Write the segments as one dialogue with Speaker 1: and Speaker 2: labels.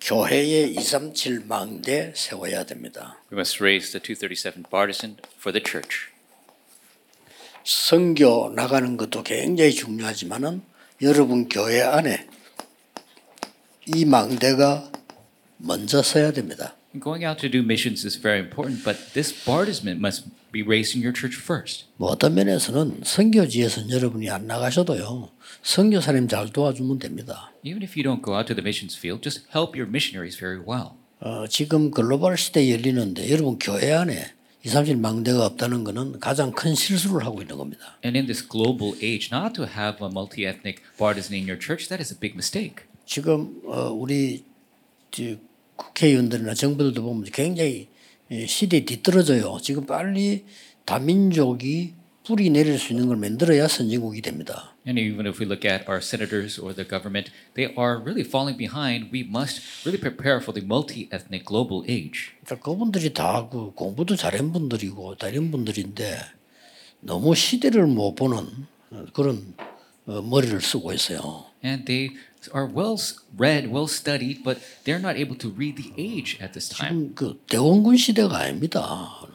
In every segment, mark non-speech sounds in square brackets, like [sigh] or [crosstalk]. Speaker 1: 교회의 237망대 세워야 됩니다.
Speaker 2: We must raise the 237 partisan for the church.
Speaker 1: 선교 나가는 것도 굉장히 중요하지만은 여러분 교회 안에 이 망대가 먼저 서야 됩니다.
Speaker 2: Going out to do missions is very important, but this partisan must be raised in your church first.
Speaker 1: 뭐 어떤 면에서는 선교지에서 여러분이 안 나가셔도요. 선교사님 잘 도와주면 됩니다.
Speaker 2: Even if you don't go out to the missions field, just help your missionaries very well.
Speaker 1: 어, 지금 글로벌 시대 열리는데 여러분 교회 안에 2, 3실 망대가 없다는 것은 가장 큰 실수를 하고 있는 겁니다.
Speaker 2: And in this global age, not to have a multi ethnic partisan in your church, that is a big mistake.
Speaker 1: 지금 어, 우리 지- 국회의원들이나 정부들도 보면 굉장히 예, 시대에 뒤떨어져요. 지금 빨리 다민족이 뿌리 내릴 수 있는 걸 만들어야 선진국이 됩니다.
Speaker 2: And even if we look at our senators or the government, they are really falling behind. We must really prepare for the multi ethnic global age.
Speaker 1: 그러니까 그분들이 다 그 공부도 잘한 분들이고 다른 분들인데 너무 시대를 못 보는 어, 그런 어, 머리를 쓰고 있어요.
Speaker 2: And they are well s- read, well studied, but they're not able to read the age at this time.
Speaker 1: 지금 그 대원군 시대가 아닙니다.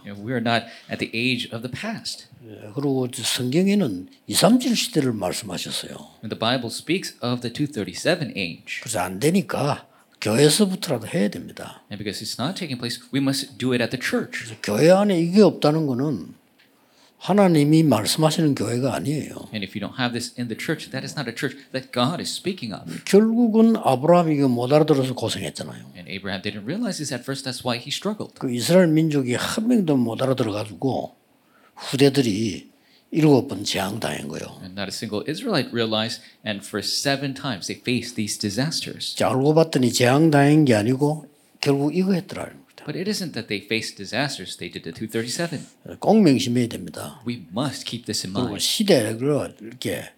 Speaker 2: You know, we are not at the age of the past.
Speaker 1: 예, 그리고 저 성경에는 2, 3, 7 시대를 말씀하셨어요.
Speaker 2: When the Bible speaks of the 237 age,
Speaker 1: 그래서 안 되니까 교회에서부터라도 해야 됩니다.
Speaker 2: and because it's not taking place, we must do it at the church.
Speaker 1: 교회 안에 이게 없다는 거는 하나님이 말씀하시는 교회가 아니에요.
Speaker 2: And if you don't have this in the church, that is not a church that God is speaking of.
Speaker 1: 결국은 아브라함이 이거 못 알아들어서 고생했잖아요.
Speaker 2: And Abraham didn't realize this at first, that's why he struggled.
Speaker 1: 그 이스라엘 민족이 한 명도 못 알아들어가지고 후대들이 일곱 번 재앙당한 거예요.
Speaker 2: And not a single Israelite realized, and for seven times they faced these disasters.
Speaker 1: 자, 알고 봤더니 재앙당한 게 아니고 결국 이거 했더라.
Speaker 2: But it isn't that they faced disasters, they did the 237.
Speaker 1: 꼭 명심해야 됩니다.
Speaker 2: We must keep this in
Speaker 1: 그리고
Speaker 2: mind.
Speaker 1: 시대를 이렇게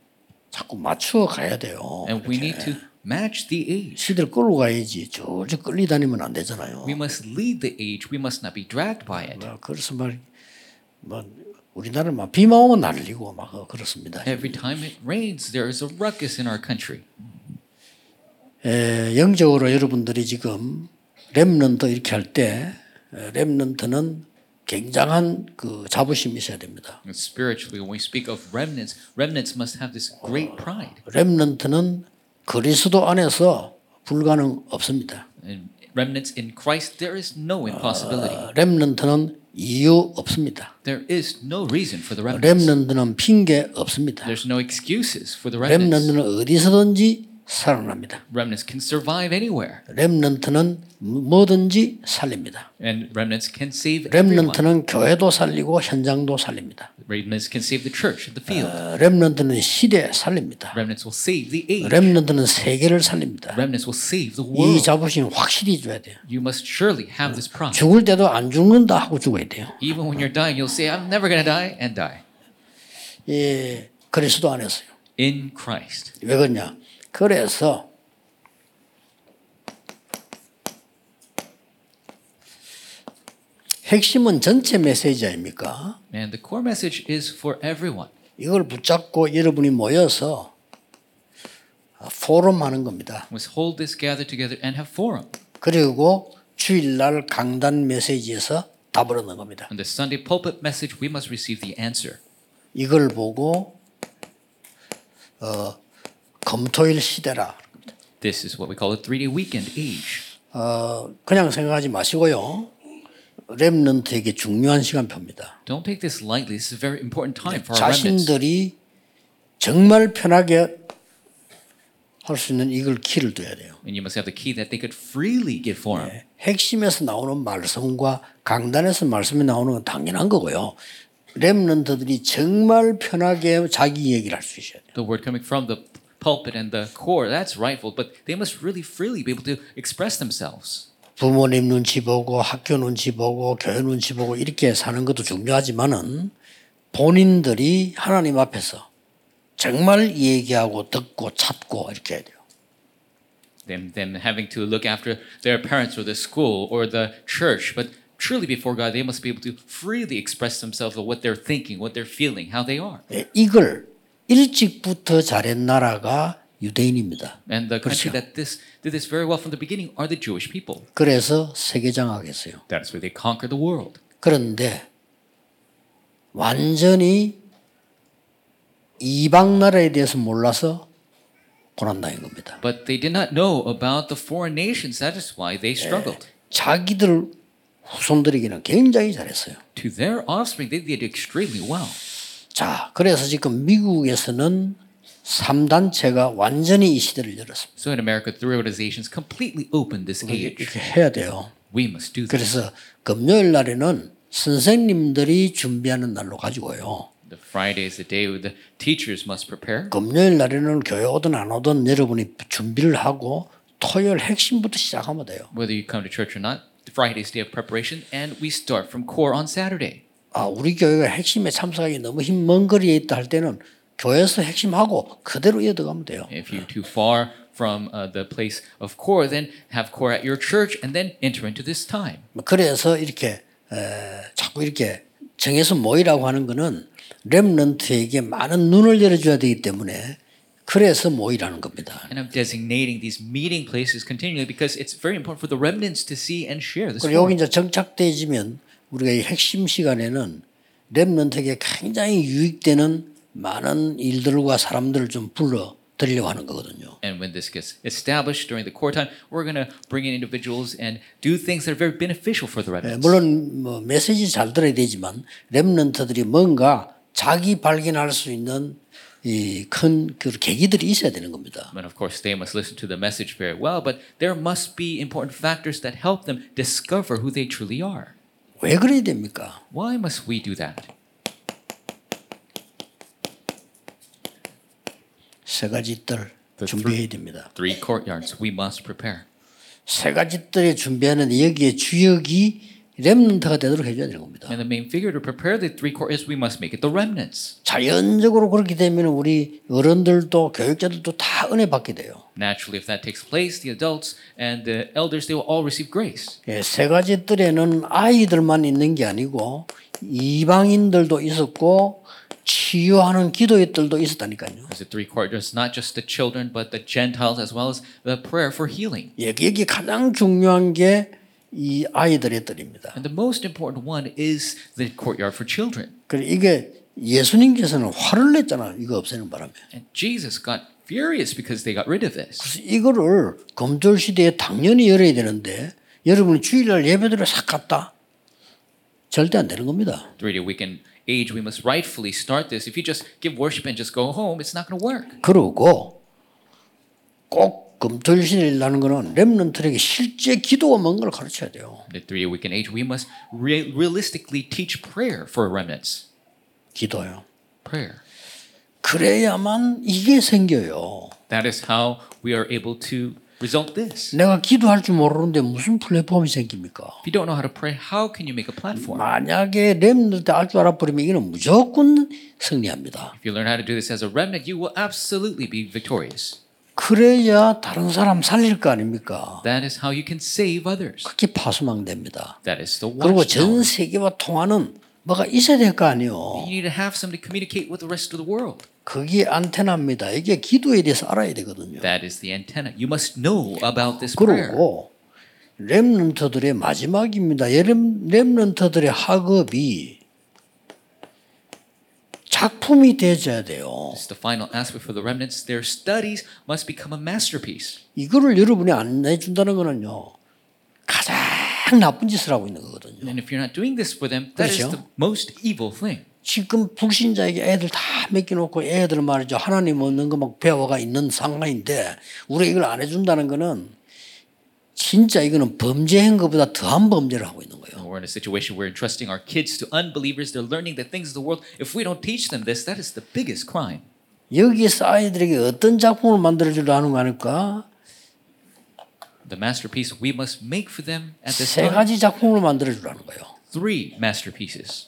Speaker 1: 자꾸 맞추어 가야 돼요.
Speaker 2: And we need to match the age.
Speaker 1: 시대를 끌고 가야지 저저 끌리다니면 안 되잖아요.
Speaker 2: We must lead the age. We must not be dragged by it.
Speaker 1: 뭐 그래서 말, 뭐 우리나라 막 비만 오면 날리고 막 어, 그렇습니다.
Speaker 2: Every time it rains, there is a ruckus in our country.
Speaker 1: 에, 영적으로 여러분들이 지금 렘넌트 이렇게 할때 렘넌트는 굉장한 그 자부심이 있어야 됩니다.
Speaker 2: And spiritually, when we speak of remnants, remnants must have this great pride.
Speaker 1: 렘넌트는 그리스도 안에서 불가능 없습니다.
Speaker 2: And remnants in Christ, there is no
Speaker 1: Uh.
Speaker 2: impossibility.
Speaker 1: 어, 렘넌트는 이유 없습니다.
Speaker 2: There is no reason for the remnants.
Speaker 1: 렘넌트는 핑계 없습니다.
Speaker 2: There's no excuses for the remnants.
Speaker 1: 렘넌트는 어디서든지 살아납니다.
Speaker 2: Remnants can survive anywhere,
Speaker 1: 렘넌트는 뭐든지 살립니다.
Speaker 2: and remnants can save everyone.
Speaker 1: 렘넌트는 교회도 살리고 현장도 살립니다.
Speaker 2: Remnants can save the church and the field.
Speaker 1: 어, 렘넌트는 시대 살립니다.
Speaker 2: Remnants will save the age.
Speaker 1: 렘넌트는 세계를 살립니다.
Speaker 2: Remnants will save the
Speaker 1: 이
Speaker 2: world.
Speaker 1: 자부심 확실히 줘야 돼요.
Speaker 2: You must surely have this pride.
Speaker 1: 죽을 때도 안 죽는다 하고 죽어야 돼요.
Speaker 2: Even when you're dying, you'll say, I'm never going to die, and die.
Speaker 1: 예, 그리스도 안에서요.
Speaker 2: In Christ.
Speaker 1: 왜 그러냐? 그래서 핵심은 전체 메시지 아닙니까?
Speaker 2: And the core message is for everyone.
Speaker 1: 이걸 붙잡고 여러분이 모여서 포럼하는 겁니다.
Speaker 2: Let's hold this, gather together, and have forum.
Speaker 1: 그리고 주일날 강단 메시지에서 답을 얻는 겁니다.
Speaker 2: On the Sunday pulpit message, we must receive the answer.
Speaker 1: 이걸 보고 어, 검토일 시대라.
Speaker 2: This is what we call a three day weekend age.
Speaker 1: 어, 그냥 생각하지 마시고요. 렘넌트에게 중요한 시간표입니다.
Speaker 2: Don't take this lightly. This is a very important time for our remnants.
Speaker 1: 자신들이 정말 편하게 할 수 있는 이걸 키를 둬야 돼요.
Speaker 2: And you must have the key that they could freely give forum.
Speaker 1: 핵심에서 나오는 말씀과 강단에서 말씀이 나오는 건 당연한 거고요. 랩런터들이 정말 편하게 자기 얘기를 할 수 있어야 돼요.
Speaker 2: The word coming from the pulpit and the core, that's rightful, but they must really freely be able to express themselves.
Speaker 1: 부모님 눈치 보고 학교 눈치 보고 교회 눈치 보고 이렇게 사는 것도 중요하지만은 본인들이 하나님 앞에서 정말 얘기하고 듣고 찾고 이렇게 해야 돼요.
Speaker 2: Them, them having to look after their parents or the school or the church, but truly before God, they must be able to freely express themselves of what they're thinking, what they're feeling, how they are.
Speaker 1: 예, 이걸 일찍부터 잘한 나라가 유대인입니다.
Speaker 2: And the country that this did this very well from the beginning are the Jewish people.
Speaker 1: 그래서 세계장악했어요.
Speaker 2: That's where they conquer the world.
Speaker 1: 그런데 완전히 이방 나라에 대해서 몰라서 고난당인 겁니다.
Speaker 2: But they did not know about the foreign nations. That is why they struggled.
Speaker 1: 자기들 후손들에게는 굉장히 잘했어요.
Speaker 2: To their offspring, they did extremely well.
Speaker 1: 자, 그래서 지금 미국에서는 3단체가 완전히 이 시대를 열었습니다.
Speaker 2: So in America, the organizations completely opened this age.
Speaker 1: 이렇게 해야 돼요.
Speaker 2: We must do this.
Speaker 1: 그래서 금요일 날에는 선생님들이 준비하는 날로 가지고요.
Speaker 2: The Friday is the day where the teachers must prepare.
Speaker 1: 금요일 날에는 교회 오든 안 오든 여러분이 준비를 하고 토요일 핵심부터 시작하면 돼요.
Speaker 2: Whether you come to church or not, Friday's day of preparation, and we start from core on Saturday.
Speaker 1: 아, 우리 교회가 핵심에 참석하기 너무 힘 먼 거리에 있다 할 때는 교회에서 핵심하고 그대로 이어가면 돼요.
Speaker 2: If you're too far from uh, the place of core, then have core at your church and then enter into this time.
Speaker 1: 뭐 그래서 이렇게 에, 자꾸 이렇게 정해서 모이라고 하는 거는 렘넌트에게 많은 눈을 열어줘야 되기 때문에 그래서 모이라는 겁니다.
Speaker 2: And I'm designating these meeting places continually because it's very important for the remnants to see and share this.
Speaker 1: 그리고 여기 이제 정착돼지면 우리가 이 핵심 시간에는 렘넌트에게 굉장히 유익되는 많은 일들과 사람들을 좀 불러 드리려고 하는 거거든요.
Speaker 2: And when this gets established during the core time, we're going to bring in individuals and do things that are very beneficial for the
Speaker 1: 예,
Speaker 2: remnants.
Speaker 1: 물론 뭐 메시지 잘 들어야 되지만 렘넌트들이 뭔가 자기 발견할 수 있는 이큰그 계기들이 있어야 되는 겁니다.
Speaker 2: And of course, they must listen to the message very well, but there must be important factors that help them discover who they truly are.
Speaker 1: 왜 그래야 됩니까?
Speaker 2: Why must we do that?
Speaker 1: 세 가지 뜰 준비해야 됩니다.
Speaker 2: Three courtyards we must prepare.
Speaker 1: 세 가지 뜰에 준비하는데 여기에 주역이 렘넌트가 되도록 해줘야 되는 겁니다.
Speaker 2: And the main figure to prepare the three courtyards, we must make it the remnants.
Speaker 1: 자연적으로 그렇게 되면 우리 어른들도 교육자들도 다 은혜 받게 돼요.
Speaker 2: Naturally, if that takes place, the adults and the elders, they will all receive grace.
Speaker 1: 예, 세 가지 뜰에는 아이들만 있는 게 아니고 이방인들도 있었고 치유하는 기도의 뜰도 있었다니까요.
Speaker 2: Because the three courtyards, not just the children, but the Gentiles as well as the prayer for healing.
Speaker 1: 예, 여기 가장 중요한 게 이 아이들의 뜰입니다.
Speaker 2: And the most important one is the courtyard for children.
Speaker 1: 그래 이게 예수님께서는 화를 냈잖아요. 이거 없애는 바람에.
Speaker 2: And Jesus got furious because they got rid of this.
Speaker 1: 그래서 이거를 검절 시대에 당연히 열어야 되는데 여러분이 주일날 예배드려 싹 갔다 절대 안 되는 겁니다.
Speaker 2: Three day weekend age, we must rightfully start this. If you just give worship and just go home, it's not going to work.
Speaker 1: 그리고 꼭 검절 시대라는 거는 렘넌트에게 실제 기도가 뭔가를 가르쳐야 돼요.
Speaker 2: The three day weekend age, we must re- realistically teach prayer for remnants.
Speaker 1: 기도요.
Speaker 2: Prayer.
Speaker 1: 그래야만 이게 생겨요.
Speaker 2: That is how we are able to result this.
Speaker 1: 내가 기도할 줄 모르는데 무슨 플랫폼이 생깁니까?
Speaker 2: If you don't know how to pray, how can you make a platform?
Speaker 1: 만약에 렘넌트 알줄 알아버리면 이거는 무조건 승리합니다.
Speaker 2: If you learn how to do this as a remnant, you will absolutely be victorious.
Speaker 1: 그래야 다른 사람 살릴 거 아닙니까?
Speaker 2: That is how you can save others.
Speaker 1: 그게 파수망대입니다.
Speaker 2: That is the
Speaker 1: 그리고
Speaker 2: watchtower.
Speaker 1: 전 세계와 통하는 뭐가 있어야 될 거 아니에요.
Speaker 2: You need to have somebody communicate with the rest of the world.
Speaker 1: 그게 안테나입니다. 이게 기도에 대해서 알아야 되거든요.
Speaker 2: That is the antenna. You must know about this prayer.
Speaker 1: 그리고 어, 렘런터들의 마지막입니다. 예, 렘런터들의 학업이 작품이 되어야 돼요.
Speaker 2: It's the final aspect for the remnants. Their studies must become a masterpiece.
Speaker 1: 이거를 여러분이 안 해준다는 거는요. 가장 나쁜 짓을 하고 있는 거거든요.
Speaker 2: And if you're not doing this for them, that is
Speaker 1: 그렇죠.
Speaker 2: the most evil thing.
Speaker 1: 지금 불신자에게 애들 다 맡겨놓고 애들 말이죠. 하나님 없는 거 막 배워가 있는 상황인데 우리 이걸 안 해준다는 거는 진짜 이거는 범죄한 것보다 더한 범죄를 하고 있는 거예요.
Speaker 2: Oh, We're in a situation where entrusting our kids to unbelievers, they're learning the things of the world. If we don't teach them this, that is the biggest crime.
Speaker 1: 여기서 아이들에게 어떤 작품을 만들어주려 하는 거 아닐까?
Speaker 2: The masterpiece we must make for them at this
Speaker 1: 세
Speaker 2: time.
Speaker 1: 가지 작품을 만들어주라는 거예요.
Speaker 2: Three masterpieces.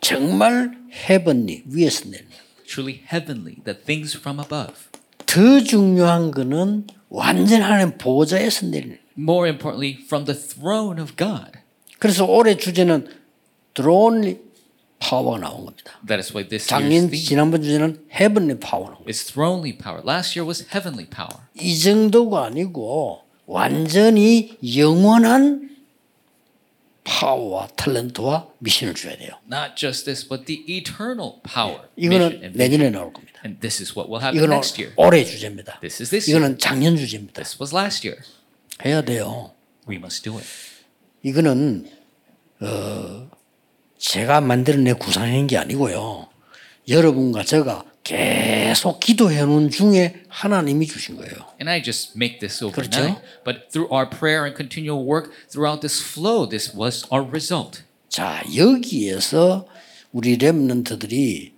Speaker 1: 정말 해번니 위에서 내리는.
Speaker 2: Truly heavenly, the things from above.
Speaker 1: 더 중요한 거는 완전 하나님 보좌에서 내리는.
Speaker 2: More importantly, from the throne of God.
Speaker 1: 그래서 올해 주제는 드론리 파워가 나온 겁니다.
Speaker 2: That is why this year's
Speaker 1: 작년
Speaker 2: theme
Speaker 1: 지난번 주제는 헤븐의 파워라고.
Speaker 2: is thronely power. Last year was heavenly power.
Speaker 1: 이 정도가 아니고 완전히 영원한 파워와 탤런트와 미션을 줘야 돼요.
Speaker 2: Not just this, but the eternal power. mission
Speaker 1: 이거는
Speaker 2: and
Speaker 1: 내년에 나올 겁니다.
Speaker 2: And this is what will happen
Speaker 1: 이거는
Speaker 2: next year.
Speaker 1: 올해 주제입니다.
Speaker 2: This is this year.
Speaker 1: 이거는 작년 주제입니다.
Speaker 2: This was last year.
Speaker 1: 해야 돼요.
Speaker 2: We must do it.
Speaker 1: 이거는 어, 제가 만들어내 구상한 게 아니고요. 여러분과 제가 계속 기도해 놓은 중에 하나님이 주신 거예요.
Speaker 2: And I just make this overnight.
Speaker 1: 그렇죠.
Speaker 2: But through our prayer and continual work throughout this flow, this was our result.
Speaker 1: 자 여기에서 우리 렘넌트들이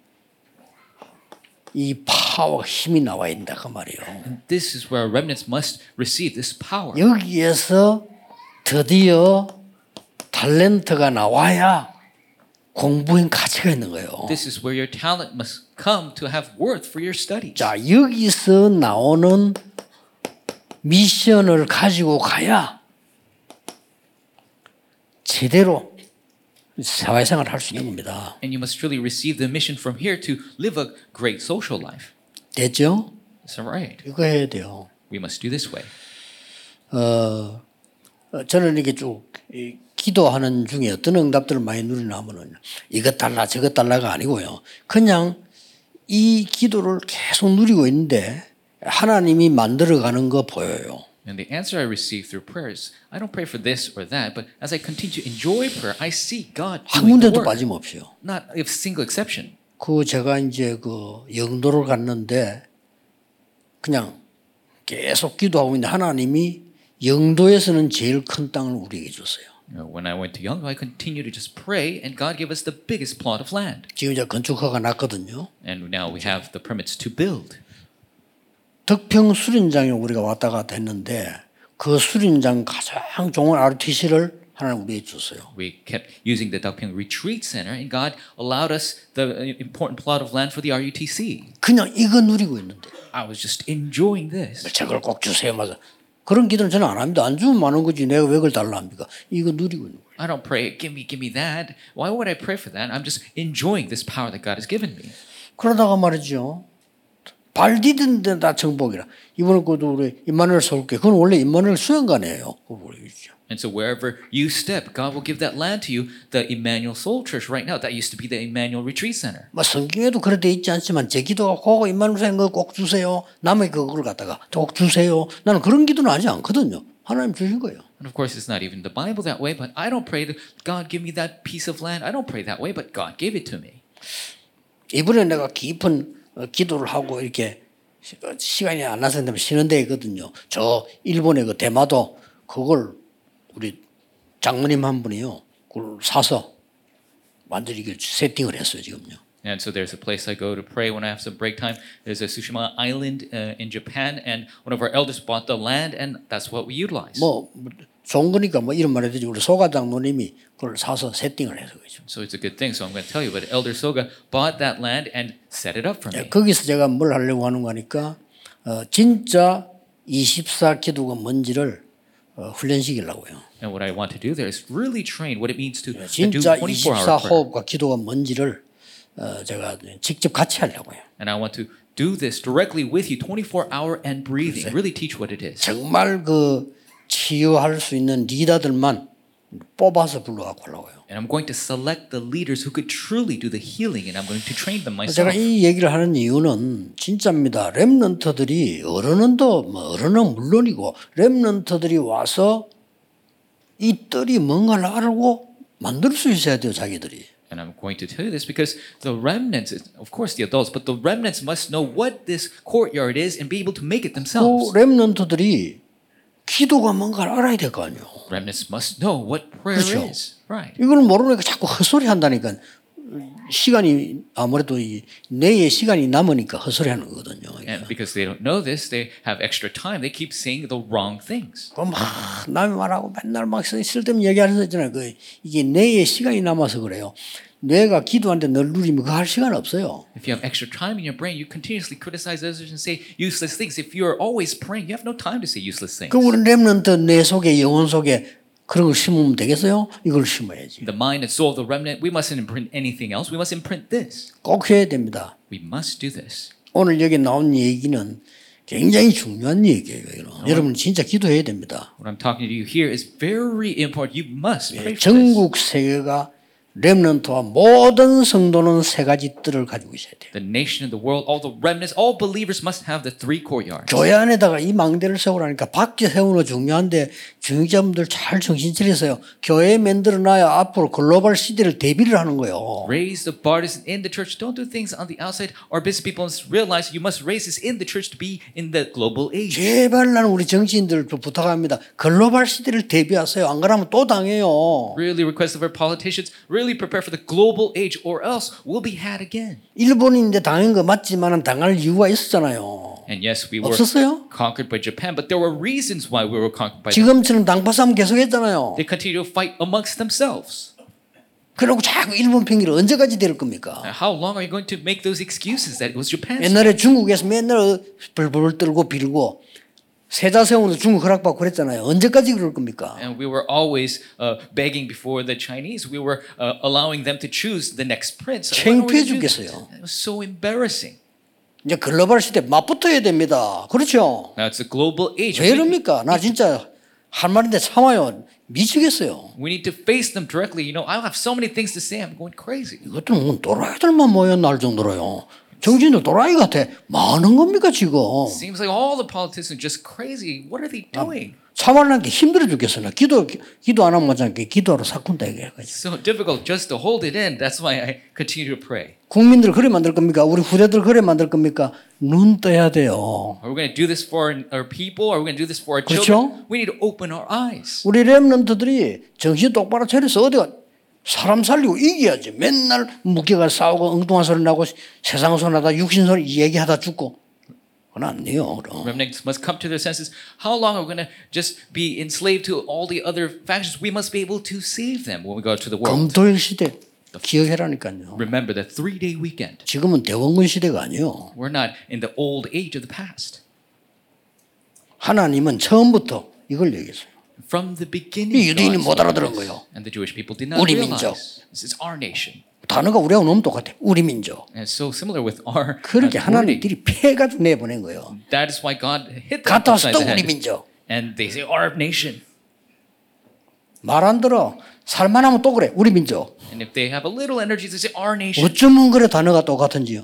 Speaker 1: 이 파워 힘이 나와야 된다 그 말이에요.
Speaker 2: This is where our remnants must receive this power.
Speaker 1: 여기에서 드디어 탤런트가 나와야 공부엔 가치가 있는 거예요.
Speaker 2: This is where your talent must come to have worth for your studies.
Speaker 1: 자 여기서 나오는 미션을 가지고 가야 제대로 사회생활을 할 수 있는 겁니다.
Speaker 2: And you must truly receive the mission from here to live a great social life.
Speaker 1: 됐죠?
Speaker 2: That's all right.
Speaker 1: 이거 해야 돼요.
Speaker 2: We must do this way.
Speaker 1: 어, 저는 이렇게 쭉이 기도하는 중에 어떤 응답들을 많이 누리냐면은 이것 달라 저것 달라가 아니고요. 그냥 이 기도를 계속 누리고 있는데 하나님이 만들어가는 거 보여요.
Speaker 2: And the answer I receive through prayers, I don't pray for this or that, but as I continue to enjoy prayer, I see God
Speaker 1: 한
Speaker 2: doing the
Speaker 1: 군데도
Speaker 2: work.
Speaker 1: 빠짐없이요.
Speaker 2: Not a single exception.
Speaker 1: 그 제가 이제 그 영도를 갔는데 그냥 계속 기도하고 있는데 하나님이 영도에서는 제일 큰 땅을 우리에게 줬어요.
Speaker 2: You know, when I went to Yongo, I continued to just pray, and God gave us the biggest plot of land.
Speaker 1: 지금 이제 건축허가 났거든요.
Speaker 2: And now we have the permits to build.
Speaker 1: 덕평 수린장에 우리가 왔다 갔다 했는데 그 수린장 가장 좋은 RTC를 하나님 우리에게 줬어요.
Speaker 2: We kept using the Dakpyeong Retreat Center, and God allowed us the uh, important plot of land for the RUTC.
Speaker 1: 그냥 이거 누리고 있는데
Speaker 2: I was just enjoying this.
Speaker 1: 저걸 꼭 주세요. 맞아. 그런 기도는 저는 안 합니다. 안 주면 많은 거지 내가 왜 그걸 달라 합니까? 이거 누리고 있는 거예요.
Speaker 2: I don't pray, give me, give me that. Why would I pray for that? I'm just enjoying this power that God has given me.
Speaker 1: 그러다가 말이죠. 발 디딘 데다 정복이라. 이번에 그도 우리 임마누엘 서울교. 그건 원래 임마누엘 수양관이에요. 그거 모르겠죠.
Speaker 2: And so wherever you step, God will give that land to you. The Emmanuel Soul Church right now, that used to be the Emmanuel Retreat Center.
Speaker 1: 뭐 성경에도 그래 돼 있지 않지만 제 기도가 그거 임마누엘 수양관 꼭 주세요. 남의 그걸 갖다가 꼭 주세요. 나는 그런 기도는 하지 않거든요. 하나님 주신 거예요.
Speaker 2: And of course, it's not even the Bible that way, but I don't pray that God give me that piece of land. I don't pray that way, but God gave it to me.
Speaker 1: 이번에 내가 깊은 어, 기도를 하고 이렇게 시- 어, 시간이 안 나서 그냥 쉬는 데거든요. 저 일본의 그 대마도 그걸 우리 장모님 한 분이요. 그걸 사서 완전히 이게 세팅을 했어요 지금요.
Speaker 2: And so there's a place I go to pray when I have some break time. There's a Tsushima Island uh, in Japan, and one of our elders bought the land, and that's what we utilize.
Speaker 1: 뭐 뭐, 좋은 거니까 뭐 이런 말해도 되지. 우리 소가 장모님이 그걸 사서 세팅을 해서 그죠.
Speaker 2: So it's a good thing. So I'm going to tell you. But Elder Soga bought that land and set it up for me.
Speaker 1: 거기서 제가 뭘 하려고 하는 거니까 어, 진짜 24 기도가 뭔지를 어, 훈련시키려고요.
Speaker 2: And what I want to do there is really train what it means to to do
Speaker 1: 진짜 24
Speaker 2: 24 hour prayer.
Speaker 1: 호흡과 기도가 뭔지를 어, 제가 직접 같이 하려고요.
Speaker 2: And I want to do this directly with you 24 hour and breathing. Really teach what it is.
Speaker 1: 정말 그 치유할 수 있는 리더들만 뽑아서 불러갖고 하려고요.
Speaker 2: And I'm going to select the leaders who could truly do the healing, and I'm going to train them myself.
Speaker 1: 제가 이 얘기를 하는 이유는 진짜입니다. 렘넌트들이 어른은도 뭐 어른은 물론이고 렘넌트들이 와서 이 뜰이 뭔가를 알고 만들 수 있어야 돼요, 자기들이.
Speaker 2: And I'm going to tell you this because the remnants, of course, the adults, but the remnants must know what this courtyard is and be able to make it themselves.
Speaker 1: 또 렘넌트들이 기도가 뭔가를 알아야 될 거 아니에요.
Speaker 2: Remnants must know what prayer
Speaker 1: 그렇죠.
Speaker 2: is. Right.
Speaker 1: 이걸 모르니까 자꾸 헛소리 한다니까 시간이 아무래도 이 뇌에 시간이 남으니까 헛소리 하는 거거든요.
Speaker 2: And because they don't know this, they have extra time. They keep saying the wrong things.
Speaker 1: 그막 남의 말하고 맨날 막 쓰- 쓸데없는 얘기하는 거 있잖아요. 그 이게 뇌에 시간이 남아서 그래요. 뇌가 기도하는데 늘 누리면 그거 할 시간 없어요.
Speaker 2: If you have extra time in your brain, you continuously criticize others and say 예. useless things. If you're always praying, you have no time to say useless things.
Speaker 1: 그 우리 렘넌트 뇌 속에 영혼 속에 그런 걸 심으면 되겠어요? 이걸 심어야지.
Speaker 2: The mind and soul of the remnant, we mustn't imprint anything else. We must imprint this.
Speaker 1: 꼭 해야 됩니다.
Speaker 2: We must do this.
Speaker 1: 오늘 여기 나온 얘기는 굉장히 중요한 얘기예요. 여러분. 여러분 진짜 기도해야 됩니다.
Speaker 2: What I'm talking to you here is very important. You must pray
Speaker 1: 예,
Speaker 2: for this.
Speaker 1: 전국 세계가 렘넌트와 모든 성도는 세 가지 뜰을 가지고 있어야 돼요.
Speaker 2: The nation of the world, all the remnants, all believers must have the three courtyards.
Speaker 1: 교회 안에다가 이 망대를 세우라니까 밖에 세우는 거 중요한데 중직자분들 잘 정신 차리세요. 교회 만들어 놔야 앞으로 글로벌 시대를 대비를 하는 거예요.
Speaker 2: Raise the bars in the church. Don't do things on the outside. Our busy people must realize you must raise this in the church to be in the global age.
Speaker 1: 제발 나는 우리 정치인들 좀 부탁합니다. 글로벌 시대를 대비하세요. 안 그러면 또 당해요.
Speaker 2: Really request of our politicians, really prepare for the global age, or else we'll be had again.
Speaker 1: 일본인데 당한 거 맞지만 당할 이유가 있었잖아요.
Speaker 2: And yes, we were
Speaker 1: 없었어요?
Speaker 2: conquered by Japan, but there were reasons why we were conquered by them.
Speaker 1: 지금처럼 당파싸움 계속했잖아요.
Speaker 2: They continue to fight amongst themselves.
Speaker 1: 그러고 자꾸 일본 핑계를 언제까지 댈 겁니까?
Speaker 2: Now, Uh, How long are you going to make those excuses that it was Japan's?
Speaker 1: 옛날에 중국에서 맨날 벌벌 떨고 빌고 세자 세우는 중국 허락받고 그랬잖아요. 언제까지 그럴 겁니까?
Speaker 2: And we were always uh, begging before the Chinese. We were uh, allowing them to choose the next prince. Why were we doing that?
Speaker 1: 창피해 죽겠어요.
Speaker 2: It was so embarrassing.
Speaker 1: 이제 글로벌 시대 맞붙어야 됩니다. 그렇죠?
Speaker 2: Now it's a global age.
Speaker 1: 왜
Speaker 2: We need,
Speaker 1: 이럽니까? 나 진짜 할 말인데 참아요. 미치겠어요.
Speaker 2: we need to face them directly. You know, I have so many things to say. I'm going crazy.
Speaker 1: 이것들은 뭐 또라이들만 모였나 할 정도로요. 정신도 또라이 같아. 많은 겁니까 지금?
Speaker 2: Seems like all the politicians are just crazy. What are they doing?
Speaker 1: 참아라는 게 힘들어 죽겠어. 나 기도 기도 안 하면 맞잖아. 기도하러 사꾼다 이게.
Speaker 2: It's so difficult just to hold it in. That's why I continue to pray.
Speaker 1: 국민들 그래 만들 겁니까? 우리 후대들 그래 만들 겁니까? 눈 떠야 돼요.
Speaker 2: Are we going to do this for our- our people? Are we going to do this for our
Speaker 1: 그렇죠?
Speaker 2: children? We need to open our eyes.
Speaker 1: 우리 렘넌트들이 정신 똑바로 차려서 어디가 사람 살리고 이겨야지. 맨날 무게가 싸우고 엉뚱한 소리 나고 세상 소리 나다 육신 소리 얘기하다 죽고 그건 안 돼요. 그럼
Speaker 2: remnants must come to their senses. How long are we going to just be enslaved to all the other factions? We must be able to save them when we go to the world.
Speaker 1: 검토일 시대 기억해라니까요.
Speaker 2: Remember the three day weekend.
Speaker 1: 지금은 대원군 시대가 아니에요.
Speaker 2: We're not in the old age of the past.
Speaker 1: 하나님은 처음부터 이걸 얘기했어요.
Speaker 2: From the
Speaker 1: 이
Speaker 2: beginning,
Speaker 1: 유대인이
Speaker 2: God
Speaker 1: 못
Speaker 2: saw
Speaker 1: 알아들은
Speaker 2: this,
Speaker 1: 거예요.
Speaker 2: and the Jewish people did not
Speaker 1: 우리
Speaker 2: realize
Speaker 1: 민족.
Speaker 2: this is our nation.
Speaker 1: 단어가 우리하고 너무 똑같아. 우리 민족.
Speaker 2: And it's so similar with our
Speaker 1: [laughs] 그렇게
Speaker 2: uh, wording.
Speaker 1: 하나님들이 패가 내보낸 거예요.
Speaker 2: That is why God hit them
Speaker 1: 갔다 와서
Speaker 2: upside
Speaker 1: 또
Speaker 2: the
Speaker 1: 우리
Speaker 2: head.
Speaker 1: 민족.
Speaker 2: And they say, our nation.
Speaker 1: 말 안 들어. 살만하면 또 그래. 우리 민족.
Speaker 2: And if they have a little energy, they say, our nation.
Speaker 1: 어쩌면 그래 단어가 똑같은지요.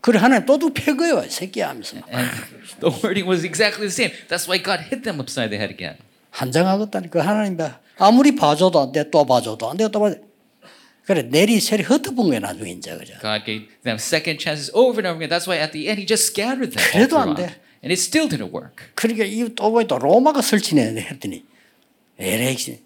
Speaker 1: 그래 하나님 또두 패거요. 이 새끼야 하면서.
Speaker 2: And [laughs] the wording was exactly the same. That's why God hit them upside the head again.
Speaker 1: 한장하겠다니까 하나님 봐. 아무리 봐줘도 안 돼. 또 봐줘도 안 돼. 또 봐줘. 그래 내리 세리 흩어본 거야 나중에 이제 그죠.
Speaker 2: God gave them second chances over and over again. That's why at the end he just scattered them. all
Speaker 1: 그래도 안 돼.
Speaker 2: throughout. And it still didn't work.
Speaker 1: 그러니까 이또 보니 또 로마가 설치네 했더니 에렉시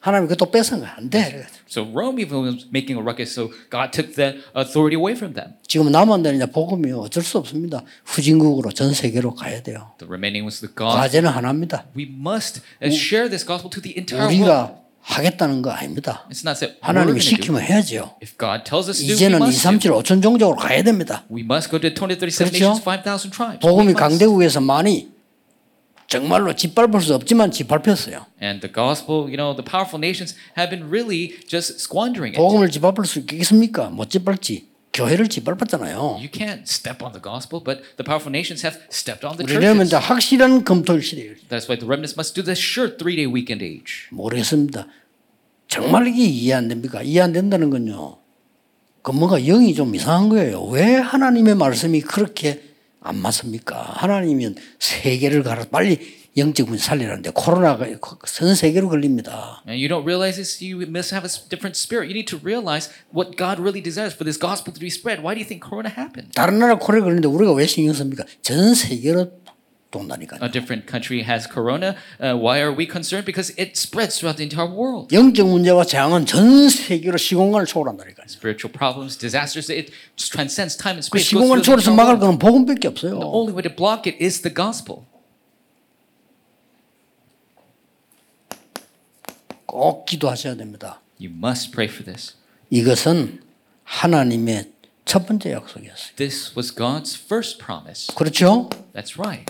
Speaker 1: 하나님 그것도 뺏은 거야. 안 돼. 이래가지고.
Speaker 2: So Rome even was making a ruckus, so God took the authority away from them.
Speaker 1: 지금 남한다는 이제 복음이 어쩔 수 없습니다. 후진국으로 전 세계로 가야 돼요.
Speaker 2: The remaining was the gospel.
Speaker 1: 과제는 하나입니다.
Speaker 2: We must uh, share this gospel to the entire world.
Speaker 1: 우리가 하겠다는 거 아닙니다.
Speaker 2: It's not that we're going
Speaker 1: 하나님이
Speaker 2: to do.
Speaker 1: 시키면 해야지요.
Speaker 2: If God tells us to do, we
Speaker 1: 이제는 2,
Speaker 2: must
Speaker 1: 3,
Speaker 2: do.
Speaker 1: 7, 5천 종족으로 가야 됩니다.
Speaker 2: We must go to 2037
Speaker 1: 그렇죠?
Speaker 2: nations, 5,000 tribes. We
Speaker 1: 복음이
Speaker 2: must.
Speaker 1: 강대국에서 많이 정말로 짓밟을 수 없지만 짓밟혔어요.
Speaker 2: And the gospel, you know, the powerful nations have been really just squandering it.
Speaker 1: 복음을 짓밟을 수 있겠습니까? 못 짓밟지. 교회를 짓밟았잖아요.
Speaker 2: You can't step on the gospel, but the powerful nations have stepped on the
Speaker 1: 우리라면
Speaker 2: churches.
Speaker 1: 이제 확실한 검토일 시대예요.
Speaker 2: That's why the remnants must do this short three day weekend age.
Speaker 1: 모르겠습니다. 정말 이게 이해 안 됩니까? 이해 안 된다는 건요. 그 뭔가 영이 좀 이상한 거예요. 왜 하나님의 말씀이 그렇게 안 맞습니까? 하나님은 세계를 갈아 빨리 영적 문 살리라는데 코로나가 전 세계로 걸립니다.
Speaker 2: And you don't realize this, you must have a s- different spirit. You need to realize what God really desires for this gospel to be spread. Why do you think Corona happened?
Speaker 1: 다른 나라 코로나 걸리는데 우리가 왜 신경 씁니까? 전 세계로 돈다니까요.
Speaker 2: A different country has Corona. Uh, why are we concerned? Because it spreads throughout the entire world.
Speaker 1: 영적 문제와 재앙은 전 세계로 시공간을 초월한다니까요.
Speaker 2: Spiritual problems, disasters, it just transcends time and
Speaker 1: 그
Speaker 2: space. goes
Speaker 1: 시공간을
Speaker 2: through
Speaker 1: 초월해서
Speaker 2: the entire
Speaker 1: 막을 거는
Speaker 2: world.
Speaker 1: 복음밖에 없어요.
Speaker 2: The only way to block it is the gospel.
Speaker 1: 꼭 기도하셔야 됩니다.
Speaker 2: You must pray for this.
Speaker 1: 이것은 하나님의 첫 번째 약속이었어요.
Speaker 2: This was God's first promise.
Speaker 1: 그렇죠?
Speaker 2: That's right.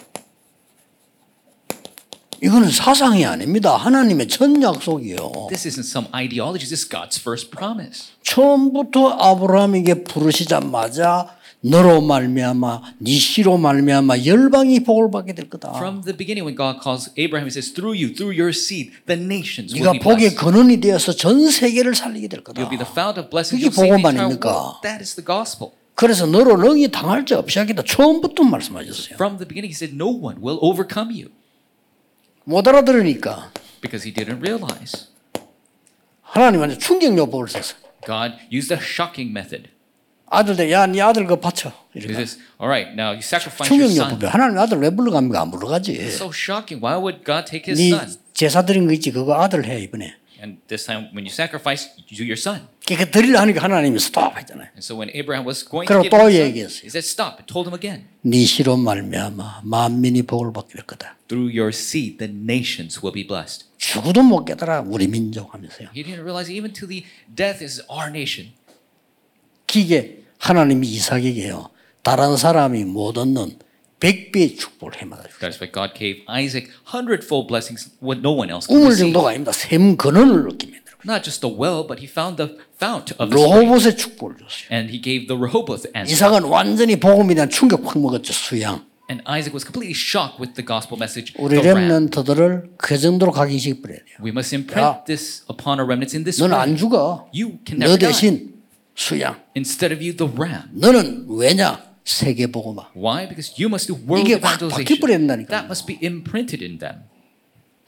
Speaker 1: 이거는 사상이 아닙니다. 하나님의 첫 약속이요.
Speaker 2: This isn't some ideology, this is God's first promise.
Speaker 1: 처음부터 아브라함에게 부르시자마자 너로 말미암아 네 씨로 말미암아 열방이 복을 받게 될 거다.
Speaker 2: From the beginning, when God calls Abraham, He says, Through you, through your seed, the nations
Speaker 1: 네가
Speaker 2: will be
Speaker 1: 복의
Speaker 2: blessed.
Speaker 1: 근원이 되어서 전 세계를 살리게 될 거다.
Speaker 2: You'll be the fount of blessings.
Speaker 1: 그게
Speaker 2: You'll save the entire
Speaker 1: 복음만입니까?
Speaker 2: world. That is the gospel.
Speaker 1: 그래서 너로 능히 당할 자 없이 하겠다. 처음부터 말씀하셨어요.
Speaker 2: From the beginning, He said, No one will overcome you
Speaker 1: 못 알아들으니까
Speaker 2: because He didn't realize.
Speaker 1: 하나님한테 충격 요법을 썼어요.
Speaker 2: God used a shocking method.
Speaker 1: 아들들 야네 아들 그거 바쳐.
Speaker 2: He
Speaker 1: 이렇게.
Speaker 2: says, All right, now you sacrifice your
Speaker 1: 충격
Speaker 2: son.
Speaker 1: 요법이 하나님 아들 왜 불러갑니까? 안 불러가지.
Speaker 2: So shocking. Why would God take His
Speaker 1: 네
Speaker 2: son?
Speaker 1: 제사 드린 거 있지 그거 아들 해 이번에.
Speaker 2: And this time, when you sacrifice, you do your son.
Speaker 1: 그러니까 드리려 하니까 하나님이 스톱 했잖아요.
Speaker 2: And so when Abraham was going
Speaker 1: 그럼
Speaker 2: to
Speaker 1: 또
Speaker 2: give his son,
Speaker 1: 얘기했어요.
Speaker 2: he said, stop. And told him again.
Speaker 1: 네 시로 말미암아 만민이 복을 받게 될 거다.
Speaker 2: Through your seed, the nations will be blessed.
Speaker 1: 죽어도 못 깨달아 우리 민족 하면서요.
Speaker 2: He didn't realize even to the death is our nation.
Speaker 1: 기게 하나님이 이삭에게요. 다른 사람이 못 얻는 백배의 축복을 해마다 주고
Speaker 2: That's why God gave Isaac hundredfold blessings what no one else could
Speaker 1: 우물
Speaker 2: receive.
Speaker 1: 정도가 아닙니다. 샘 근원을 얻게 만들어.
Speaker 2: Not just the well, but he found the fount of the spring.
Speaker 1: 로봇의 축복을 줬어요.
Speaker 2: And he gave the Rehoboth answer.
Speaker 1: 이삭은 완전히 복음에 대한 충격 확 먹었죠. 수양.
Speaker 2: And Isaac was completely shocked with the gospel message.
Speaker 1: 우리
Speaker 2: the ram.
Speaker 1: 렘넌트들을 그 정도로 각인시켜 버려야 돼요.
Speaker 2: We must imprint
Speaker 1: 야.
Speaker 2: this upon our remnants in this
Speaker 1: 너는
Speaker 2: way.
Speaker 1: 안 죽어.
Speaker 2: You can
Speaker 1: 너
Speaker 2: never die.
Speaker 1: 대신 수양.
Speaker 2: Instead of you, the ram.
Speaker 1: 너는 왜냐? 세계 복음화.
Speaker 2: Why? Because you must do world
Speaker 1: 이게 확
Speaker 2: evangelization.
Speaker 1: 바뀌어버린다니까요.
Speaker 2: That must be imprinted in them.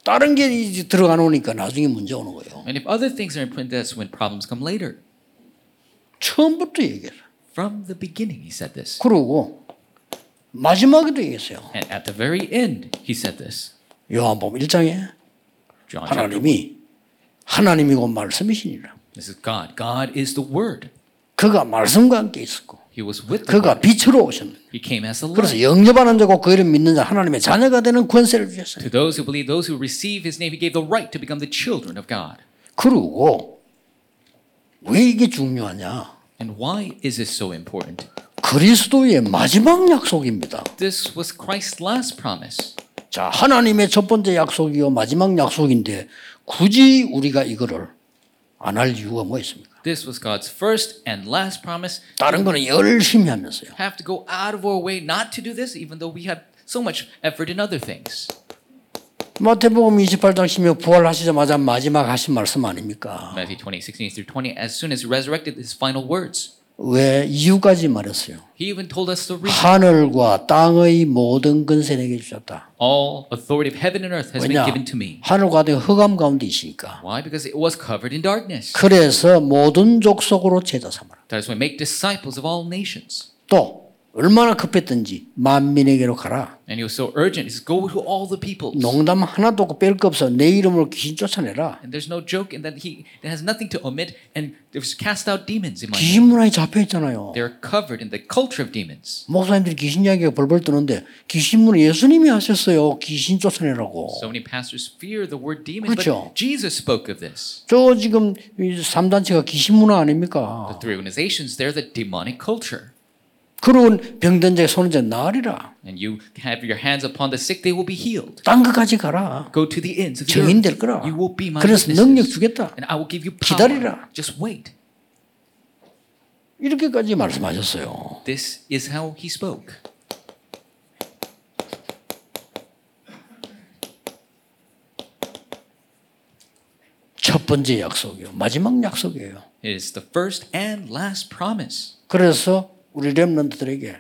Speaker 1: 다른 게 이제 들어가 놓으니까 나중에 문제 오는 거예요.
Speaker 2: And if other things are imprinted, that's when problems come later.
Speaker 1: 처음부터 얘기해요.
Speaker 2: From the beginning, he said this.
Speaker 1: 그러고 마지막에도 얘기했어요.
Speaker 2: And at the very end, he said this.
Speaker 1: 요한복음 1장에
Speaker 2: John chapter.
Speaker 1: 하나님이 하나님이고 말씀이시니라.
Speaker 2: This is God. God is the Word.
Speaker 1: 그가 말씀과 함께 있었고
Speaker 2: He was with the
Speaker 1: 그가
Speaker 2: Word.
Speaker 1: 빛으로 오셨는.
Speaker 2: He came as the light.
Speaker 1: 그래서 영접하는 자고 그 이름 믿는 자 하나님의 자녀가 되는 권세를 주셨어요.
Speaker 2: To those who believe, those who receive his name, he gave the right to become the children of God.
Speaker 1: 그리고 왜 이게 중요하냐?
Speaker 2: And why is this so important?
Speaker 1: 그리스도의 마지막 약속입니다.
Speaker 2: This was Christ's last promise.
Speaker 1: 자, 하나님의 첫 번째 약속이요 마지막 약속인데 굳이 우리가 이거를 안 할 이유가 뭐 있습니까?
Speaker 2: This was God's first and last promise.
Speaker 1: 다른 거는 열심히 하면서요.
Speaker 2: Have to go out of our way not to do this, even though we have so much effort in other things.
Speaker 1: 마태복음 28장 16 부활하시자마자 마지막 하신 말씀 아닙니까?
Speaker 2: Matthew 20, 16 through 20, as soon as he resurrected, his final words.
Speaker 1: 왜 이유까지 말했어요?
Speaker 2: He even told us the reason.
Speaker 1: 하늘과 땅의 모든 근세 내게 주셨다.
Speaker 2: All authority of heaven and earth has been
Speaker 1: 왜냐?
Speaker 2: given to me.
Speaker 1: 하늘과 땅이 허감 가운데 있으니까.
Speaker 2: Why? Because it was covered in darkness.
Speaker 1: 그래서 모든 족속으로 제자 삼아라.
Speaker 2: That is why make disciples of all nations.
Speaker 1: 또 얼마나 급했든지 만민에게로 가라.
Speaker 2: And he was so urgent. He says, Go to all the peoples.
Speaker 1: 농담 하나도 없고 뺄 거 없어. 내 이름으로 귀신 쫓아내라.
Speaker 2: And there's no joke in that he it has nothing to omit. And there's cast out demons in my name.
Speaker 1: 귀신 문화에 잡혀 있잖아요.
Speaker 2: They're covered in the culture of demons.
Speaker 1: 목사님들이 귀신 이야기가 벌벌 뜨는데 귀신 문화 예수님이 하셨어요. 귀신 쫓아내라고.
Speaker 2: So many pastors fear the word demon.
Speaker 1: 그렇죠.
Speaker 2: But Jesus spoke of this.
Speaker 1: 저 지금 이 3단체가 귀신 문화 아닙니까?
Speaker 2: The three organizations, they're the demonic culture.
Speaker 1: 그런 병든 자 손은 자 나으리라.
Speaker 2: And you have your hands upon the sick, they will be healed.
Speaker 1: 딴 것까지 가라.
Speaker 2: Go to the ends of the
Speaker 1: 증인 될
Speaker 2: earth.
Speaker 1: 거라.
Speaker 2: You will be my
Speaker 1: 그래서 능력
Speaker 2: witnesses.
Speaker 1: 주겠다.
Speaker 2: And I will give you power.
Speaker 1: 기다리라.
Speaker 2: Just wait.
Speaker 1: 이렇게까지 말씀하셨어요.
Speaker 2: This is how he spoke.
Speaker 1: 첫 번째 약속이요. 마지막 약속이에요.
Speaker 2: It is the first and last promise.
Speaker 1: 그래서 우리 렘런트들에게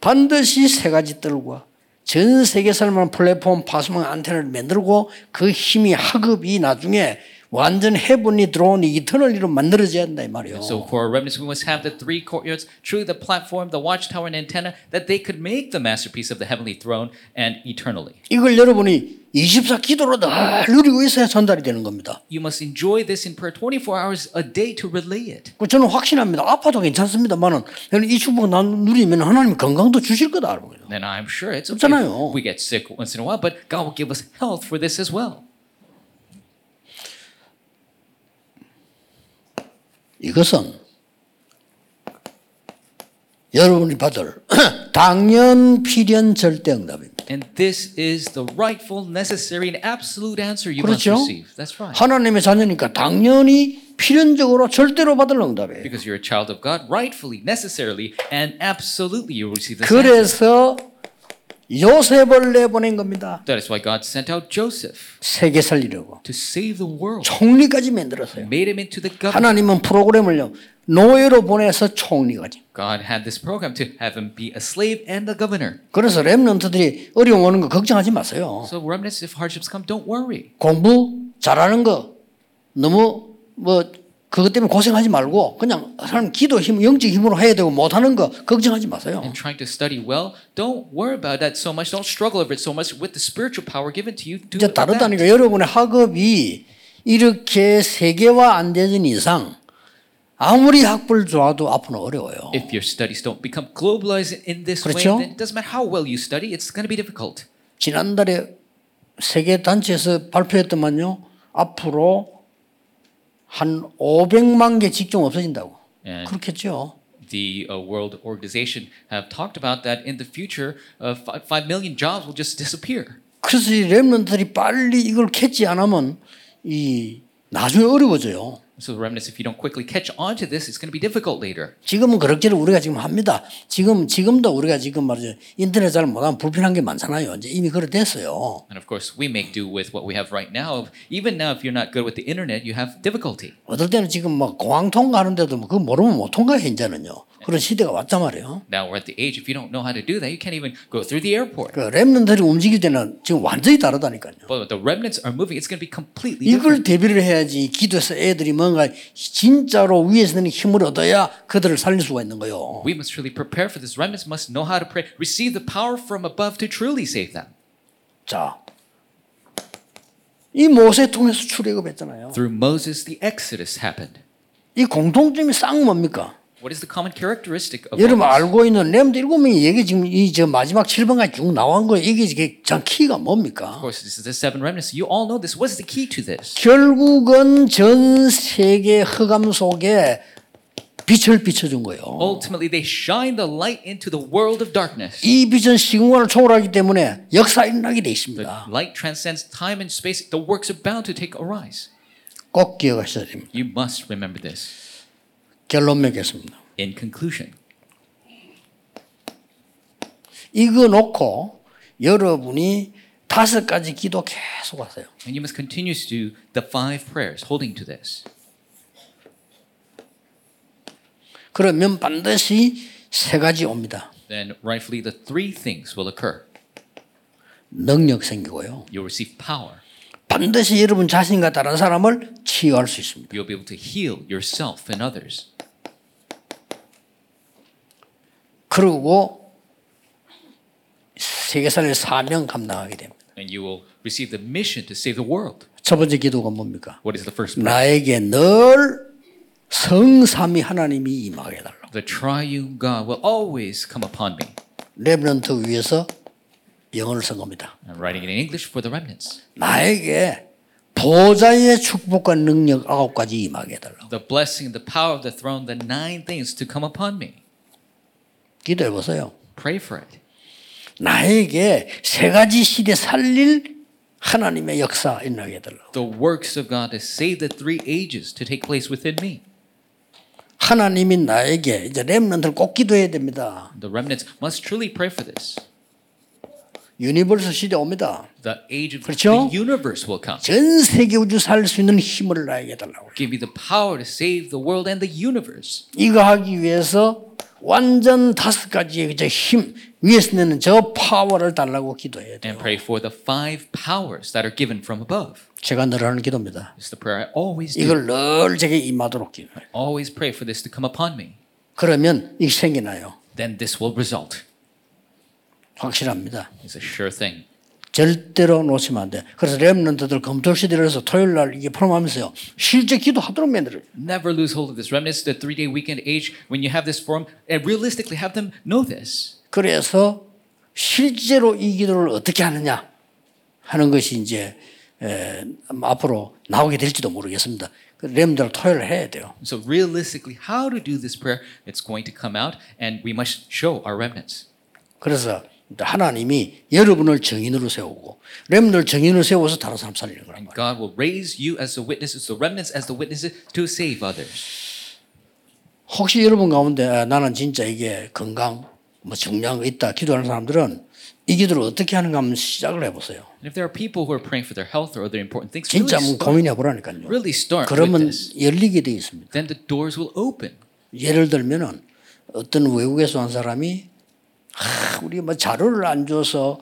Speaker 1: 반드시 세 가지 뜰과 전 세계 살만한 플랫폼 파수망 안테나를 만들고 그 힘이 학업이 나중에 완전 해븐이 들어온 이터널리로 만들어져야 한다 이 말이에요.
Speaker 2: So for our remnants, we must have the three courtyards, truly the platform, the watchtower, and antenna, that they could make the masterpiece of the heavenly throne and eternally.
Speaker 1: 이걸 여러분이 24 기도로 늘 누리고 있어야 전달이 되는 겁니다.
Speaker 2: You must enjoy this in prayer 24 hours a day to relay it.
Speaker 1: 그 저는 확신합니다. 아파도 괜찮습니다만은 저는 이 축복 난 누리면 하나님 건강도 주실 거다 알고 있어요.
Speaker 2: Then I'm sure it's okay.
Speaker 1: 없잖아요.
Speaker 2: if We get sick once in a while, but God will give us health for this as well.
Speaker 1: 이것은 [clears throat] 여러분이 받을 당연 필연 절대 응답입니다.
Speaker 2: And this is the rightful, necessary, and absolute answer you must
Speaker 1: 그렇죠?
Speaker 2: receive. That's right.
Speaker 1: 하나님의 자녀니까 당연히 필연적으로 절대로 받을 응답이에요.
Speaker 2: Because you're a child of God, rightfully, necessarily, and absolutely you will receive this answer.
Speaker 1: 그래서 요셉을 내보낸 겁니다.
Speaker 2: That is why God sent out Joseph
Speaker 1: 세계 살리려고.
Speaker 2: to save the world,
Speaker 1: 총리까지 만들었어요.
Speaker 2: made him into the governor.
Speaker 1: 하나님은 프로그램을요. 노예로 보내서 총리까지.
Speaker 2: God had this program to have him be a slave and a governor.
Speaker 1: 그래서 랩런트들이 어려움 오는 거 걱정하지 마세요.
Speaker 2: So remnants, if hardships come, don't worry.
Speaker 1: 공부 잘하는 거 너무 뭐 그것 때문에 고생하지 말고 그냥 사람 기도 힘 영적 힘으로 해야 되고 못하는 거 걱정하지 마세요.
Speaker 2: And trying to study well, don't worry about that so much. Don't struggle over it so much. With the spiritual power given to you, do
Speaker 1: 이제
Speaker 2: it with that.
Speaker 1: 다르다니까 여러분의 학업이 이렇게 세계화 안 되는 이상 아무리 학벌 좋아도 앞으로 어려워요.
Speaker 2: If your studies don't become globalized in this
Speaker 1: 그렇죠?
Speaker 2: way, then it doesn't matter how well you study, it's going to be difficult.
Speaker 1: 지난달에 세계 단체에서 발표했더만요. 앞으로 한 500만 개 직종 없어진다고.
Speaker 2: 예.
Speaker 1: 그렇겠죠.
Speaker 2: The uh, World Organization have talked about that in the future, uh, fi- 5 million jobs will just disappear.
Speaker 1: 그래서 이 랩런들이 빨리 이걸 캐치 안 하면 이 나중에 어려워져요.
Speaker 2: So the remnants, if you don't quickly catch on to this, it's going to be difficult later.
Speaker 1: 지금은 그렇게를 우리가 지금 합니다. 지금 지금도 우리가 지금 말이죠 인터넷 잘 못하면 불편한 게 많잖아요. 이제 이미 그래 됐어요.
Speaker 2: And of course, we make do with what we have right now. Even now, if you're not good with the internet, you have difficulty.
Speaker 1: 어떨 때는 지금 뭐 공항 통과하는데도 뭐 그거 모르면 못 통과해 이제는요. 그런 시대가 왔단 말이에요.
Speaker 2: Now we're at the age, if you don't know how to do that, you can't even go through the airport.
Speaker 1: 그 랩런들이 움직일 때는 지금 완전히 다르다니까요.
Speaker 2: But the remnants are moving, it's going to be completely
Speaker 1: 이걸
Speaker 2: different.
Speaker 1: 대비를 해야지 기도해서 애들이 뭔가 진짜로 위에서 는 힘을 얻어야 그들을 살릴 수가 있는 거예요.
Speaker 2: We must really prepare for this. Remnants must know how to pray, receive the power from above to truly save them.
Speaker 1: 자, 이 모세 통해서 출애굽했잖아요.
Speaker 2: Through Moses, the Exodus happened.
Speaker 1: 이 공통점이 싹 뭡니까?
Speaker 2: What is the common characteristic of
Speaker 1: 여러분
Speaker 2: Romans?
Speaker 1: 알고 있는 렘드 일곱 명이 얘기 지금 이 저 마지막 7번까지 쭉 나온 거 이게 이게 참 키가
Speaker 2: Of
Speaker 1: 뭡니까?
Speaker 2: course, this is the seven remnants. You all know this. What's the key to this?
Speaker 1: 결국은 전 세계 흑암 속에 빛을 비춰준 거예요.
Speaker 2: Ultimately, they shine the light into the world of darkness.
Speaker 1: 이 빛은 시공간을 초월하기 때문에 역사 일어나게 돼 있습니다.
Speaker 2: Light transcends time and space. The works are bound to take arise.
Speaker 1: 꼭 기억하셔야 됩니다.
Speaker 2: You must remember this.
Speaker 1: 결론 맺겠습니다.
Speaker 2: In conclusion,
Speaker 1: 이거 놓고 여러분이 다섯 가지 기도 계속 하세요.
Speaker 2: and you must continue to do the five prayers, holding to this.
Speaker 1: 그러면 반드시 세 가지 옵니다.
Speaker 2: Then, rightfully, the three things will occur.
Speaker 1: 능력 생기고요.
Speaker 2: You'll receive power.
Speaker 1: 반드시 여러분 자신과 다른 사람을 치유할 수 있습니다.
Speaker 2: You'll be able to heal yourself and others.
Speaker 1: 그리고 세계사의 사명 감당하게 됩니다.
Speaker 2: And you will receive the mission to save the world.
Speaker 1: 첫 번째 기도가 뭡니까?
Speaker 2: What is the first prayer?
Speaker 1: 나에게 늘 성삼위 하나님이 임하게 해달라고.
Speaker 2: The triune God will always come upon me.
Speaker 1: 레브런트 위에서 영어를 쓴 겁니다.
Speaker 2: I'm writing it in English for the remnants.
Speaker 1: 나에게 보좌의 축복과 능력 아홉 가지 임하게 해달라고.
Speaker 2: The blessing, the power of the throne, the nine things to come upon me.
Speaker 1: 기도해 보세요.
Speaker 2: Pray for it.
Speaker 1: 나에게 세 가지 시대 살릴 하나님의 역사 일어나게 해달라고.
Speaker 2: The works of God to save the three ages to take place within me.
Speaker 1: 하나님이 나에게 이제 렘런트를 꼭 기도해야 됩니다.
Speaker 2: The remnants must truly pray for this.
Speaker 1: 유니버스 시대 옵니다.
Speaker 2: The age of
Speaker 1: 그렇죠?
Speaker 2: the universe will come.
Speaker 1: 전 세계 우주 살 수 있는 힘을 나에게 해달라고.
Speaker 2: Give me the power to save the world and the universe.
Speaker 1: 이거 하기 위해서 완전 다섯 가지의 이제 힘 위에서 내는 저 파워를 달라고 기도해야 돼요.
Speaker 2: And pray for the five powers that are given from above.
Speaker 1: 제가 늘 하는 기도입니다.
Speaker 2: It's the prayer I always do.
Speaker 1: 이걸 늘 제게 임하도록 기도해요.
Speaker 2: Always pray for this to come upon me.
Speaker 1: 그러면 이게 생기나요?
Speaker 2: Then this will result.
Speaker 1: 확실합니다.
Speaker 2: It's a sure thing.
Speaker 1: 절대로 놓치면 안 돼. 그래서 렘런트들 검토 시대에서 토요일 날 이게 포럼하면서요. 실제 기도하도록 만들어요.
Speaker 2: Never lose hold of this. Remnants, the three day weekend age, when you have this forum, and realistically have them know this.
Speaker 1: 그래서 실제로 이 기도를 어떻게 하느냐 하는 것이 이제 에, 앞으로 나오게 될지도 모르겠습니다. 그 렘들 토요일 해야 돼요.
Speaker 2: So, realistically, how to do this prayer, it's going to come out, and we must show our remnants.
Speaker 1: 그래서 하나님이 여러분을 증인으로 세우고 렘들 증인으로 세워서 다른 사람 살리는 거란 말이에요.
Speaker 2: God will raise you as the witnesses, the remnants as the witnesses to save others.
Speaker 1: 혹시 여러분 가운데 아, 나는 진짜 이게 건강 뭐 정량 있다 기도하는 사람들은 이 기도를 어떻게 하는가 한번 시작을 해보세요.
Speaker 2: And if there are people who are praying for their health or other important things, really
Speaker 1: 진짜 한번
Speaker 2: start,
Speaker 1: 고민해 보라니까요.
Speaker 2: really start with
Speaker 1: 그러면
Speaker 2: this.
Speaker 1: 열리게 돼 있습니다.
Speaker 2: Then the doors will open.
Speaker 1: 예를 들면은 어떤 외국에서 한 사람이 아, 우리 뭐 자료를 안 줘서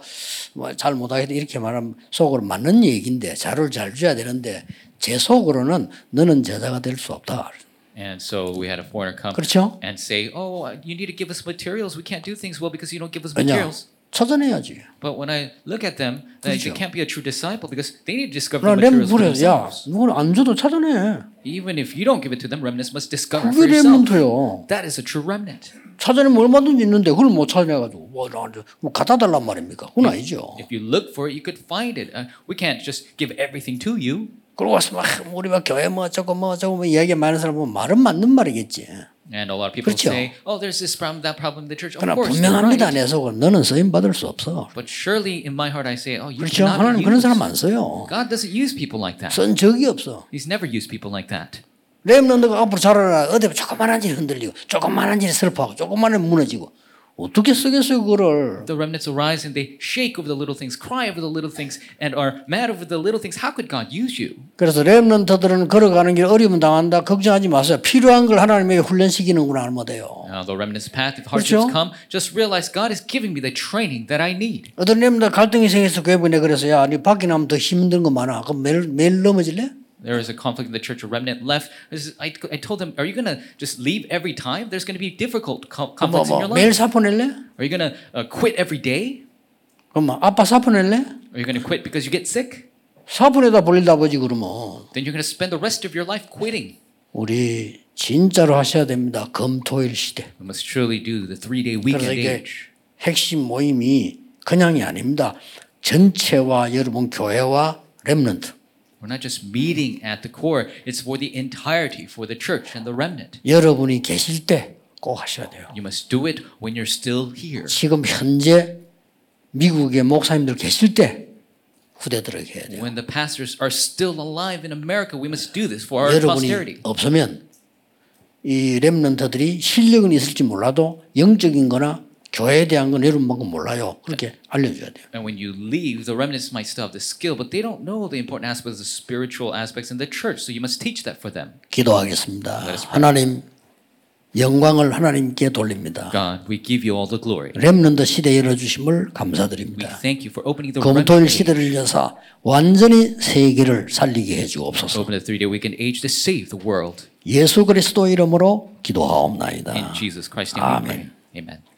Speaker 1: 뭐 잘 못하겠다 이렇게 말하면 속으로 맞는 얘기인데 자료를 잘 줘야 되는데 제 속으로는 너는 제자가 될 수 없다.
Speaker 2: And so we had a foreigner come
Speaker 1: 그렇죠?
Speaker 2: and say, "Oh, uh, you need to give us materials. We can't do things well because you don't give us
Speaker 1: 왜냐?
Speaker 2: materials."
Speaker 1: 찾아내야지.
Speaker 2: But when I look at them, they, they
Speaker 1: 그렇죠.
Speaker 2: can't be a true disciple because they need to discover the
Speaker 1: 그럼
Speaker 2: materials for
Speaker 1: 불에 야,
Speaker 2: themselves.
Speaker 1: 이걸 안 줘도 찾아내.
Speaker 2: Even if you don't give it to them, remnants must discover for
Speaker 1: 그게
Speaker 2: yourself.
Speaker 1: 레몬트요.
Speaker 2: That is a true remnant.
Speaker 1: 찾아내면 얼마든지 있는데 그걸 못 찾아내가지고 뭐, 나, 이제 뭐 갖다 달란 말입니까? 그건 아니죠.
Speaker 2: If you look for it, you could find it. Uh, we can't just give everything to you.
Speaker 1: 그러고 와서 막 우리 막 교회 뭐 어쩌고 뭐 어쩌고 뭐 이야기 많은 사람 보면 말은 맞는 말이겠지.
Speaker 2: And a lot of people
Speaker 1: 그렇죠.
Speaker 2: say, "Oh, there's this problem, that problem in the church." Of
Speaker 1: 그러나
Speaker 2: course, you're
Speaker 1: 분명합니다.
Speaker 2: right.
Speaker 1: 내 속은 너는 쓰임 받을 수 없어.
Speaker 2: But surely in my heart, I say, "Oh, you
Speaker 1: 그렇죠?
Speaker 2: cannot
Speaker 1: 하나님
Speaker 2: be
Speaker 1: 그런
Speaker 2: used."
Speaker 1: 사람 안 써요.
Speaker 2: God doesn't use people like that.
Speaker 1: 쓴 적이 없어.
Speaker 2: He's never used people like that.
Speaker 1: 렘넌드가 앞으로 자라라 어디 조그만한 일이 흔들리고 조그만한 일이 슬퍼하고 조그만한 일이 무너지고 어떻게 쓰겠어요 그거를.
Speaker 2: The remnants arise and they shake over the little things, cry over the little things, and are mad over the little things. How could God use you?
Speaker 1: 그래서 렘넌트들은 걸어가는 길 어려움 당한다 걱정하지 마세요. 필요한 걸 하나님에게 훈련시키는구나 하면 돼요.
Speaker 2: Uh, the remnants path, if hardships
Speaker 1: 그렇죠.
Speaker 2: come, just realize God is giving me the training that I need.
Speaker 1: 어떤 렘넌트 갈등이 생겨서 교회 보내 그래서 야, 니 밖에 나면 더 힘든 거 많아. 그럼 매일 매일 넘어질래?
Speaker 2: There is a conflict in the church, a remnant left. This is- I, I told them, Are you going to just leave every time? There's going to be difficult
Speaker 1: 뭐,
Speaker 2: co- conflicts
Speaker 1: 뭐
Speaker 2: in your life.
Speaker 1: 매일 사표 낼래?
Speaker 2: Are you going to uh, quit every day?
Speaker 1: 그럼 뭐, 아빠 사표 낼래?
Speaker 2: Are you going to quit because you get sick?
Speaker 1: 사표 내다 벌린다 아버지 그러면
Speaker 2: Then you're going to spend the rest of your life quitting.
Speaker 1: 우리 진짜로 하셔야 됩니다. 금토일 시대.
Speaker 2: We must truly do the three day
Speaker 1: 그래서
Speaker 2: weekend
Speaker 1: 이게
Speaker 2: age.
Speaker 1: 핵심 모임이 그냥이 아닙니다. 전체와 여러분 교회와 렘넌트
Speaker 2: We're not just meeting at the core, it's for the entirety, for the church and the remnant.
Speaker 1: 여러분이 계실 때 꼭 하셔야 돼요.
Speaker 2: You must do it when you're still here.
Speaker 1: 지금 현재 미국의 목사님들 계실 때 후대들에게 해야 돼요.
Speaker 2: When the pastors are still alive in America, we must do this for our
Speaker 1: 여러분이
Speaker 2: posterity.
Speaker 1: 없으면 이 렘넌트들이 실력은 있을지 몰라도 영적인 거나 교회에 대한 건 여러분만큼 몰라요. 그렇게 알려줘야 돼요.
Speaker 2: And when you leave, the remnants might still have the skill, but they don't know the important aspects, the spiritual aspects in the church. So you must teach that for them.
Speaker 1: 기도하겠습니다. 하나님 영광을 하나님께 돌립니다.
Speaker 2: God, we give you all the glory.
Speaker 1: 렘넌트 시대 열어주심을
Speaker 2: We
Speaker 1: 감사드립니다.
Speaker 2: thank you for opening the
Speaker 1: 검토일
Speaker 2: remnant.
Speaker 1: 시대를 여사 완전히 세계를 살리게 해주옵소서.
Speaker 2: Open the three day weekend age to save the world.
Speaker 1: 예수 그리스도 이름으로
Speaker 2: In
Speaker 1: 기도하옵나이다. Ah.
Speaker 2: Jesus Christ's name, we pray. Amen.